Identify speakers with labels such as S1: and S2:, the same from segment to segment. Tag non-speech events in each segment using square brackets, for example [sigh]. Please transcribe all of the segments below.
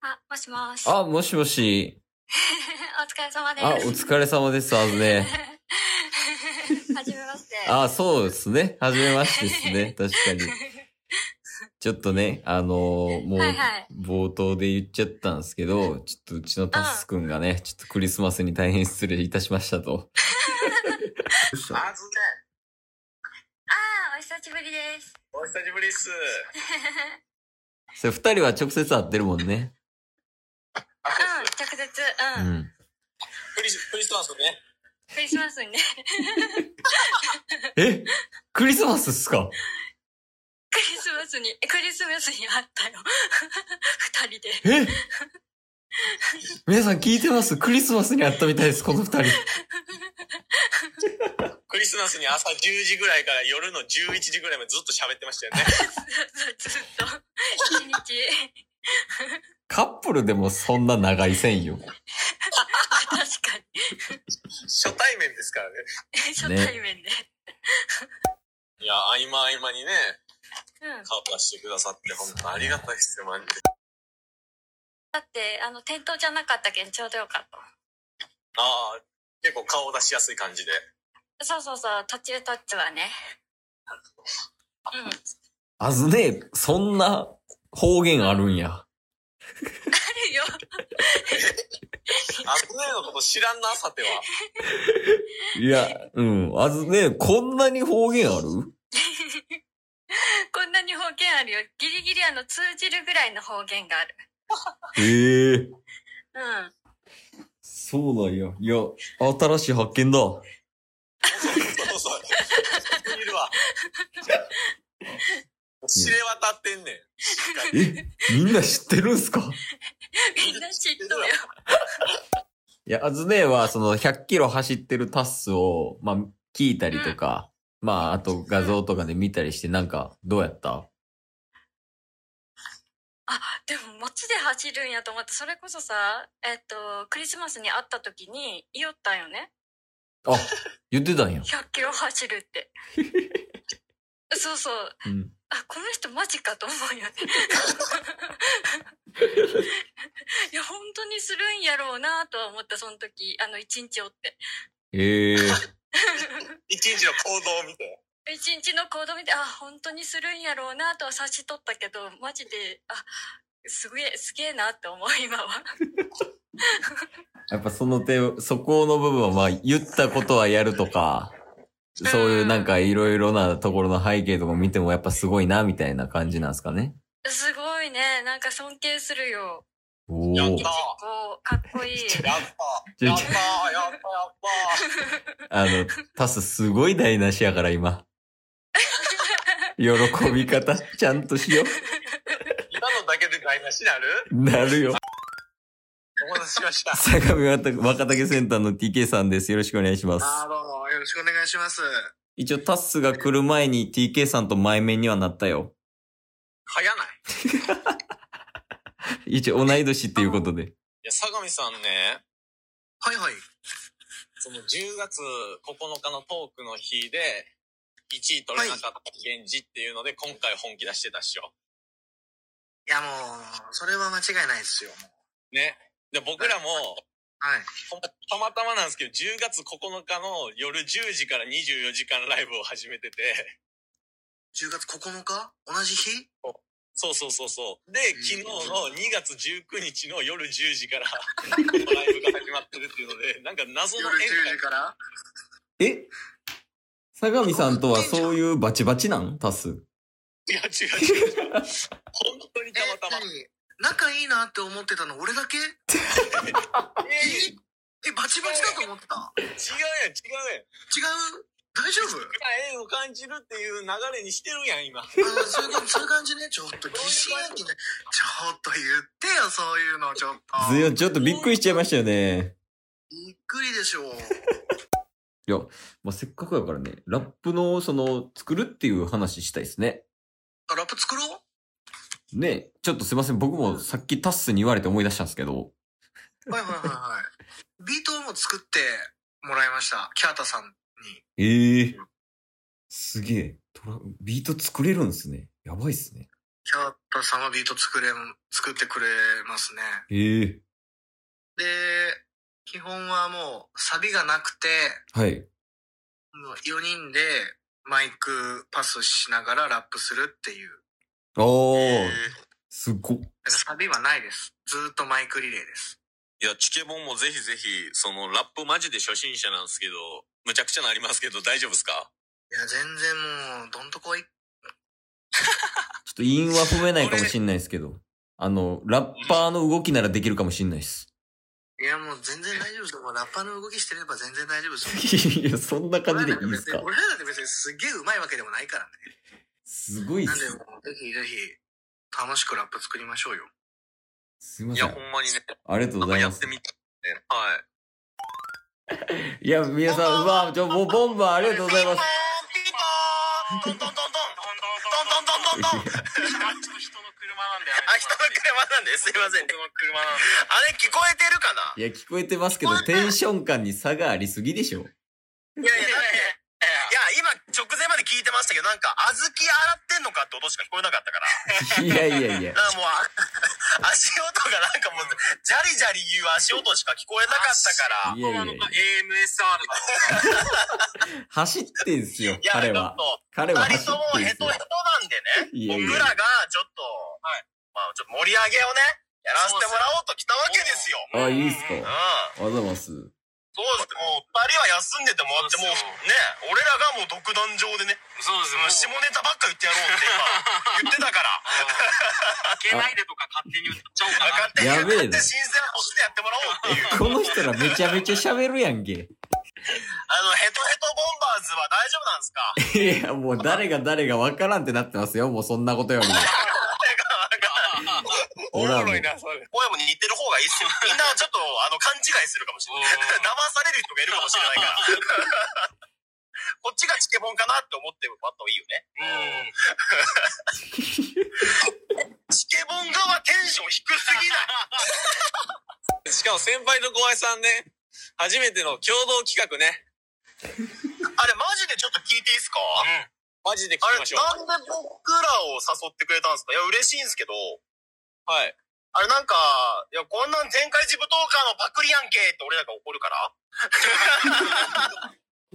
S1: あ、もしもし。
S2: あ、もしもし。
S1: お疲れ様で [laughs]
S2: あ、お
S1: す。
S2: 疲れ様です、あずね。
S1: [laughs] はじめまして。
S2: あ、そうですね。はじめましてですね。確かに。ちょっとね、あのーもう
S1: はいはい、
S2: 冒頭で言っちゃったんですけど、ちょっとうちのタスくんがね、ちょっとクリスマスに大変失礼いたしましたと。
S3: あずね、
S1: あー、お久しぶりです。
S3: お久しぶりっす。
S1: うん、
S2: それ二人は直接会ってるもんね。
S3: あ、そうっす。
S1: 直接、
S2: う
S1: うん。
S2: ん。
S3: クリス、クリスマスね。
S1: クリスマスにね。
S2: えクリスマスっすか
S1: クリスマスに、クリスマスに会ったよ。二人で。
S2: え皆さん聞いてますクリスマスに会ったみたいです、この二人。
S3: クリスマスに朝10時ぐらいから夜の11時ぐらいまでずっと喋ってま [laughs] したよね。
S1: ずずっと、一日、
S2: カップルでもそんな長いせんよ。
S1: 確かに、
S3: 初対面ですからね。
S1: 初対面で。
S3: いや、合間合間にね、
S1: うん。
S3: 顔出してくださって、本当ありがたいっすよ、マジで。
S1: だって、あの、店頭じゃなかったけん、ちょうどよかった。
S3: ああ、結構顔出しやすい感じで。
S1: そうそうそう、途中途中はね。うん。
S2: あずね、そんな方言あるんや。
S1: あるよ。
S3: あずねのこと知らんな、さては。
S2: いや、うん。あずね、こんなに方言ある
S1: こんなに方言あるよ。ギリギリあの、通じるぐらいの方言がある。
S2: へ
S1: う
S2: え
S1: ん。
S2: そうなんや。いや、新しい発見だ。
S3: そう [laughs] そう。いるわ。知れ渡ってんねん。 [laughs] しっかり
S2: え、みんな知ってるんすか
S1: みんな知っとるよ。
S2: いや、あずねは、その、100キロ走ってるタッスを、まあ、聞いたりとか、まあ、あと画像とかで見たりして、なんか、どうやった
S1: でも、街で走るんやと思って、それこそさ、えっと、クリスマスに会った時に、言おったんよね。
S2: あ、言ってたんや。
S1: 100キロ走る [laughs] って。そうそう。
S2: うん。
S1: あ、この人マジかと思う [laughs] よね。いや、本当にするんやろうなとは思った、その時。あの、一日おって。
S2: ええ
S3: 一日の行動を見て。
S1: 一日の行動見て、あ、本当にするんやろうなとは察しとったけど、マジで、あ、すげえ、すげえなって思う、今は。
S2: やっぱその点、そこの部分は、まあ、言ったことはやるとか、そういうなんかいろいろなところの背景とか見てもやっぱすごいな、みたいな感じなんですかね。
S1: すごいね。なんか尊敬するよ。
S2: お
S3: やっ
S2: ー
S3: た
S1: こう、かっこいい。
S3: やったやったやったやった
S2: あの、タスすごい台無しやから今。喜び方、ちゃんとしよ
S3: 今のだけで台無しになる
S2: う。なるよ。
S3: お待たせしました。
S2: 相模若竹センターの TK さんです。よろしくお願いします。
S4: あーどうも、よろしくお願いします。
S2: 一応タスが来る前に TK さんと前面にはなったよ。
S3: 早ない
S2: 一応同い年っていうことで。
S3: いや、相模さんね、
S4: はいはい。
S3: その10月9日のトークの日で、1位取れなかった源氏っていうので、今回本気出してたっしょ。
S4: いやもう、それは間違いないですよ。もう
S3: ね。で、僕らも、
S4: はい。
S3: ほんまたまたまなんですけど、10月9日の夜10時から24時間ライブを始めてて、
S4: 10月9日同じ日
S3: そうそうそうそう。で、昨日の2月19日の夜10時 [laughs] からライブが始まってるっていうので、なんか謎の
S4: 夜
S3: 演
S4: 10時
S3: 歌
S4: から
S2: え相模さんとはそういうバチバチなんタス。
S3: いや、違う違う違 [laughs] う。本当に
S4: え
S3: たまたま。、
S4: 何仲いいなって思ってたの俺だけえ
S3: えー
S4: え、バチバチだと思ってた違う
S3: 違うやん、違うやん。
S4: 大丈夫 [laughs]
S3: 縁を感じるっていう流れにしてるやん、今。
S4: あーそういうこと、そういう感じね。ちょっと疑心暗鬼ね。ちょっと言ってよ、そういうの、ちょっと。
S2: ずよ、ちょっとびっくりしちゃいましたよね。
S4: びっくりでしょう。
S2: まあ、せっかくだからね、ラップの、その、作るっていう話したいですね。
S4: あラップ作ろう
S2: ね、ちょっとすいません。僕もさっきタッスに言われて思い出したんですけど、
S4: はいはいはいはい。ビートをもう作ってもらいました。キャータさんに。
S2: ええすげえ。トラビート作れるんですね。やばいっすね。
S4: キャッタさんはビート作れん、作ってくれますね。
S2: ええ
S4: で、基本はもうサビがなくて、
S2: はい。
S4: もう4人でマイクパスしながらラップするっていう。
S2: お
S4: お
S2: ー、すごっ。
S4: サビはないです。ずーっとマイクリレーです。
S3: いや、チケボンもぜひぜひ、そのラップマジで初心者なんですけど、むちゃくちゃなりますけど、大丈夫ですか
S4: いや、全然もう、どんとこい。
S2: ちょっと韻は踏めないかもしんないですけど。あの、ラッパーの動きならできるかもしんないです。
S4: いや、もう全然大丈夫
S2: [laughs]
S4: ですよ。もうラッパーの動きしてれば全然大丈夫ですよ。
S2: いや、そんな感じでいいですか
S4: 俺らだって別にすげえ上手いわけでもないからね。
S2: すごいっ
S4: なんですも。うぜひぜひ、楽しくラップ作りましょうよ。
S2: すいま
S3: い
S2: せ
S3: や、
S2: ん
S3: ほ。んまにね、
S2: ありがとう
S3: な
S2: ご
S3: んか
S2: ざい
S3: や
S2: ま
S3: っ
S2: す
S3: て。みたいね。はい。
S2: いや、皆さん、うわ、ちょ、もうボンバーありがとうございます。
S3: ピンポーンピンポーントントントントントントントントントン
S5: 人の車なんであ
S6: あ、人の車なんで、すいませんね。
S5: 僕の車なんで
S6: あれ聞こえてるかない
S2: や、聞こえてますけど、テンション感に差がありすぎでしょ。
S6: いやいや、だって、いや、今直前まで聞いてましたけど、なんか、小豆洗ってんのかって音しか聞こえなかったから。
S2: いやいやいや。
S6: だからもう、あ足音がなんかもう、ジャリジャリ言う足音しか聞こえなかったから。
S2: いやいやいや。
S5: AMSR だ
S2: 走ってんすよ
S6: い、や、
S2: 彼
S6: ちょ
S2: は
S6: っ。と、
S2: 彼は
S6: 二
S2: 走
S6: 人と
S2: っ
S6: も
S2: てん
S6: ヘ
S2: す
S6: ト
S2: よ
S6: ヘトなんでね。
S2: いやい
S6: 僕
S2: や。
S6: らがちょっと、まあちょっと盛り上げをね、やらせてもらおうと来たわけですよ。
S2: あ、いいっす
S6: うん。
S2: か。ありがとうございます。
S6: そうです。もう、二人は休んでてもらって、もう、ね、俺らがもう独壇場でね、
S5: そうです
S6: もう下
S5: もう
S6: ネタばっか言ってやろうって今、言
S5: [laughs]
S6: ってたから。
S5: 開けないでとか勝手に言っちゃおうかな
S6: 勝手に
S2: やべえ
S6: 言っ
S2: な
S6: て新鮮をしてやってもらおうっていう。
S2: この人らめちゃめちゃ喋るやんけ。
S6: あの、ヘトヘトボンバーズは大丈夫なんです
S2: い
S6: か [laughs]
S2: や、もう誰が誰がわからんってなってますよ。もうそんなことより。俺らもう、
S6: な、それ。声も似てる方がいいっ
S3: [laughs]
S6: すよ。みんなちょっと、あの、勘違いするかもしれない。騙される人がいるかもしれないから。こっちがチケボンかなって思ってもらった方がいいよね。チケボン側テンション低すぎない。
S3: トンしかも先輩と後輩さんね、初めての共同企画ね。 [laughs]
S6: あれ、マジでちょっと聞いていいっすか
S3: マジで聞き
S6: あれ、な
S3: ま
S6: ん
S3: しょう。
S6: で僕らを誘ってくれたんですかいや、嬉しいんですけど、
S3: はい。
S6: あれなんか、いや、こんなん全開地舞踏家のパクリやんけって俺らが怒るから。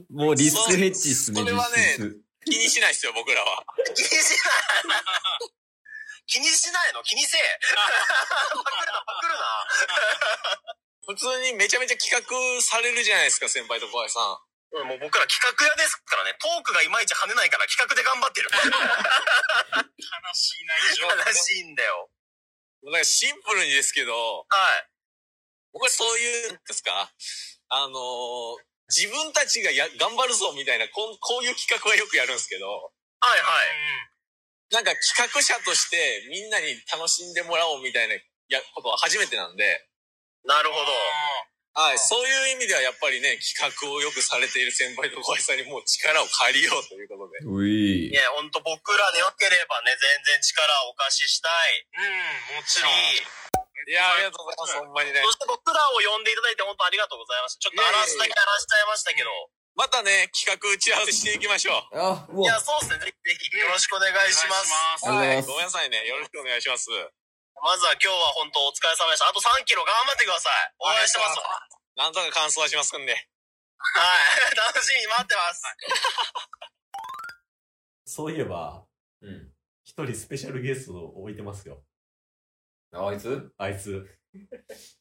S2: もうリスクヘッジっすね、
S3: それ
S2: 実
S3: はね
S2: 質。
S3: 気にしないっすよ、僕らは。
S6: 気にしない。気にしないの
S5: [laughs]
S6: 気 [laughs] にせえ。パクるな、パクるな。
S3: 普通にめちゃめちゃ企画されるじゃないですか、先輩と後輩さん。
S6: もう僕ら企画屋ですからね、トークがいまいち跳ねないから企画で頑張ってる。
S5: 悲しい内情
S6: 悲しいんだよ。
S3: なんかシンプルにですけど、
S6: はい。
S3: 僕はそういうんですか、あのー自分たちがや頑張るぞみたいなこん、こういう企画はよくやるんですけど、
S6: はいはい。
S3: なんか企画者としてみんなに楽しんでもらおうみたいなやことは初めてなんで、
S6: なるほど。
S3: はい、そういう意味ではやっぱりね、企画をよくされている先輩と小林さんにもう力を借りようということで。
S2: うい
S6: い。や、ほんと僕らでよければね、全然力をお貸ししたい。
S5: うんもち
S6: し
S5: ろん
S3: いや、ありがとうございます、ほんまにね
S6: そ。して僕らを呼んでいただいて本当ありがとうございました。ちょっと荒らすだけ荒らしちゃいましたけど。
S3: またね、企画打ち合わせしていきましょう。
S2: あ、う
S6: いや、
S2: わ。
S6: そうですね。ぜひぜひよろしくお願いし
S5: お
S6: ます。
S5: 願いします
S2: ありがとうございます
S3: ごめんなさいね。よろしくお願いします。
S6: まずは今日は本当お疲れ様でした。あと3キロ頑張ってください。応援してますわ。
S3: なんとか完走はしますんで。
S6: はい。 [laughs] 楽しみに待ってます。
S7: そういえば、一人スペシャルゲストを置いてますよ。
S2: あいつ
S7: あいつ。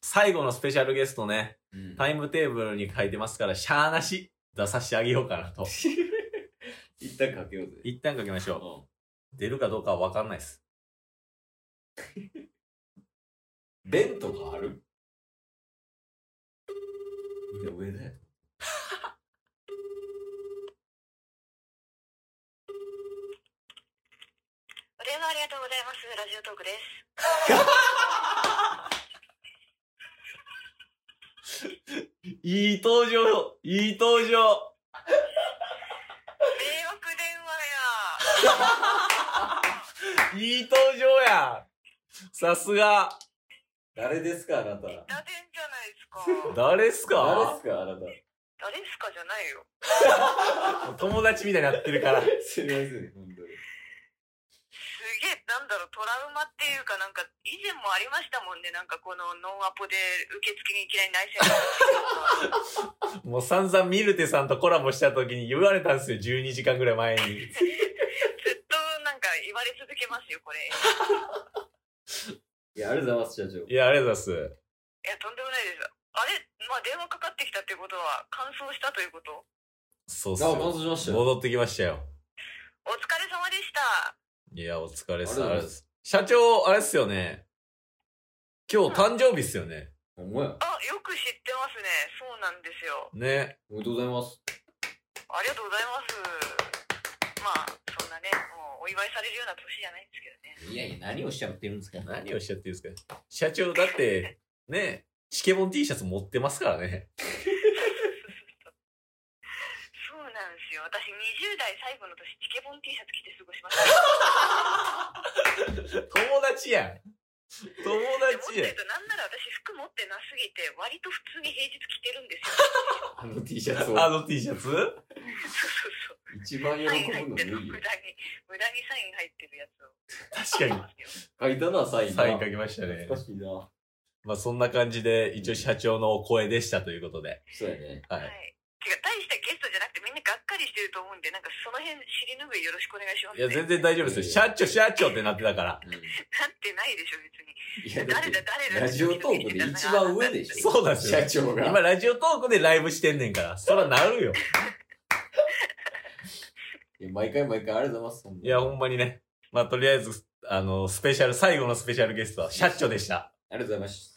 S7: 最後のスペシャルゲストね、
S2: うん
S7: タイムテーブルに書いてますから、しゃーなし出させてあげようかなと。
S2: [laughs] 一旦かけようぜ。
S7: 一旦書きましょう。出るかどうかは分かんないです。
S2: [laughs] 弁とかあるいや、上だよ。
S8: お電話ありがとうございます。ラジオトークです。
S7: いい登場よいい登場
S8: 迷惑電話や。
S7: いい登場やさすが
S2: 誰ですか、あなた。
S8: 打点じゃないですか。
S7: 誰っす
S2: 誰で
S7: か
S2: すか、あなた。
S8: 誰ですかじゃないよ。
S7: 友達みたいになってるから。
S2: すいません、本当に。
S8: すげえなんだろう、トラウマっていうか、なんか、以前もありましたもんね、なんかこのノンアポで受付にいきなり内線が
S2: もう散々ミルテさんとコラボした時に言われたんですよ、12時間ぐらい前に。
S8: ずっとなんか言われ続けますよ、これ。い
S7: いや、ありがとうございます、社長。
S2: いや、ありがとうございます。
S8: や、とんでもないです。あれ、まあ電話かかってきたってことは、完走したということ。
S2: そうっす
S7: あ、感
S2: よ。
S7: 想しましたよ。
S2: 戻ってきましたよ。
S8: お疲れ様でした。
S2: いや、お疲れっす。
S7: ありがとうございます
S2: あれっす社長、あれっすよね。今日誕生日っすよね。
S7: ほんまや。
S8: あ、よく知ってますね。そうなんですよ。
S2: ね。
S7: おめでとうございます。
S8: ありがとうございます。まあ、そんなね、もうお祝いされるような年じゃないんですけどね。
S7: いやいや、何をしちゃってるんですか
S2: 何をしちゃってるんですか社長、だって、ね、チケボン T シャツ持ってますからね。
S8: そうなんですよ。私20代最後の年、チケボン T シャツ着て過ごしました。
S2: 友達やん。友
S8: 持っ
S2: 達や
S8: てると、なんなら私服持ってなすぎて、割と普通に平日着てるんですよ。
S7: あの T シャツを
S2: ん。あの T シャツ
S8: そうそうそう。
S7: 一番 [laughs] 喜
S8: サイン入っ
S7: ぶの
S8: てる。
S7: に
S8: 無駄に、無駄にサイン入ってるやつを。
S2: 確か
S7: 書いたのはサイン
S2: に。
S7: だ
S2: サイン書きましたね。
S7: 懐かしいな。
S2: まあそんな感じで、一応社長のお声でしたということで。
S7: そうやね。
S2: は。
S8: はいい。違う、大したゲストじゃなくてみんながっかりしてると思うんで、なんかその辺尻拭いよろしくお願いしま
S2: いや、
S8: す、ね。
S2: 全
S8: [laughs]
S2: 然大丈夫ですよ。社長、社長ってなってたから。
S8: なってないでしょ、別に。
S7: いや、
S8: 誰だ
S7: だっ、て、
S8: 誰だ。
S7: ラジオトークで一番上でしょ。
S2: そうなんですよ
S7: 社長が。
S2: 今、ラジオトークでライブしてんねんから。そらなるよ。
S7: いや毎回毎回ありがとうございますほんまに。
S2: いや、ほんまにね。まあとりあえず、あの、スペシャル、最後のスペシャルゲストは社長でした。
S7: ありがとうございました。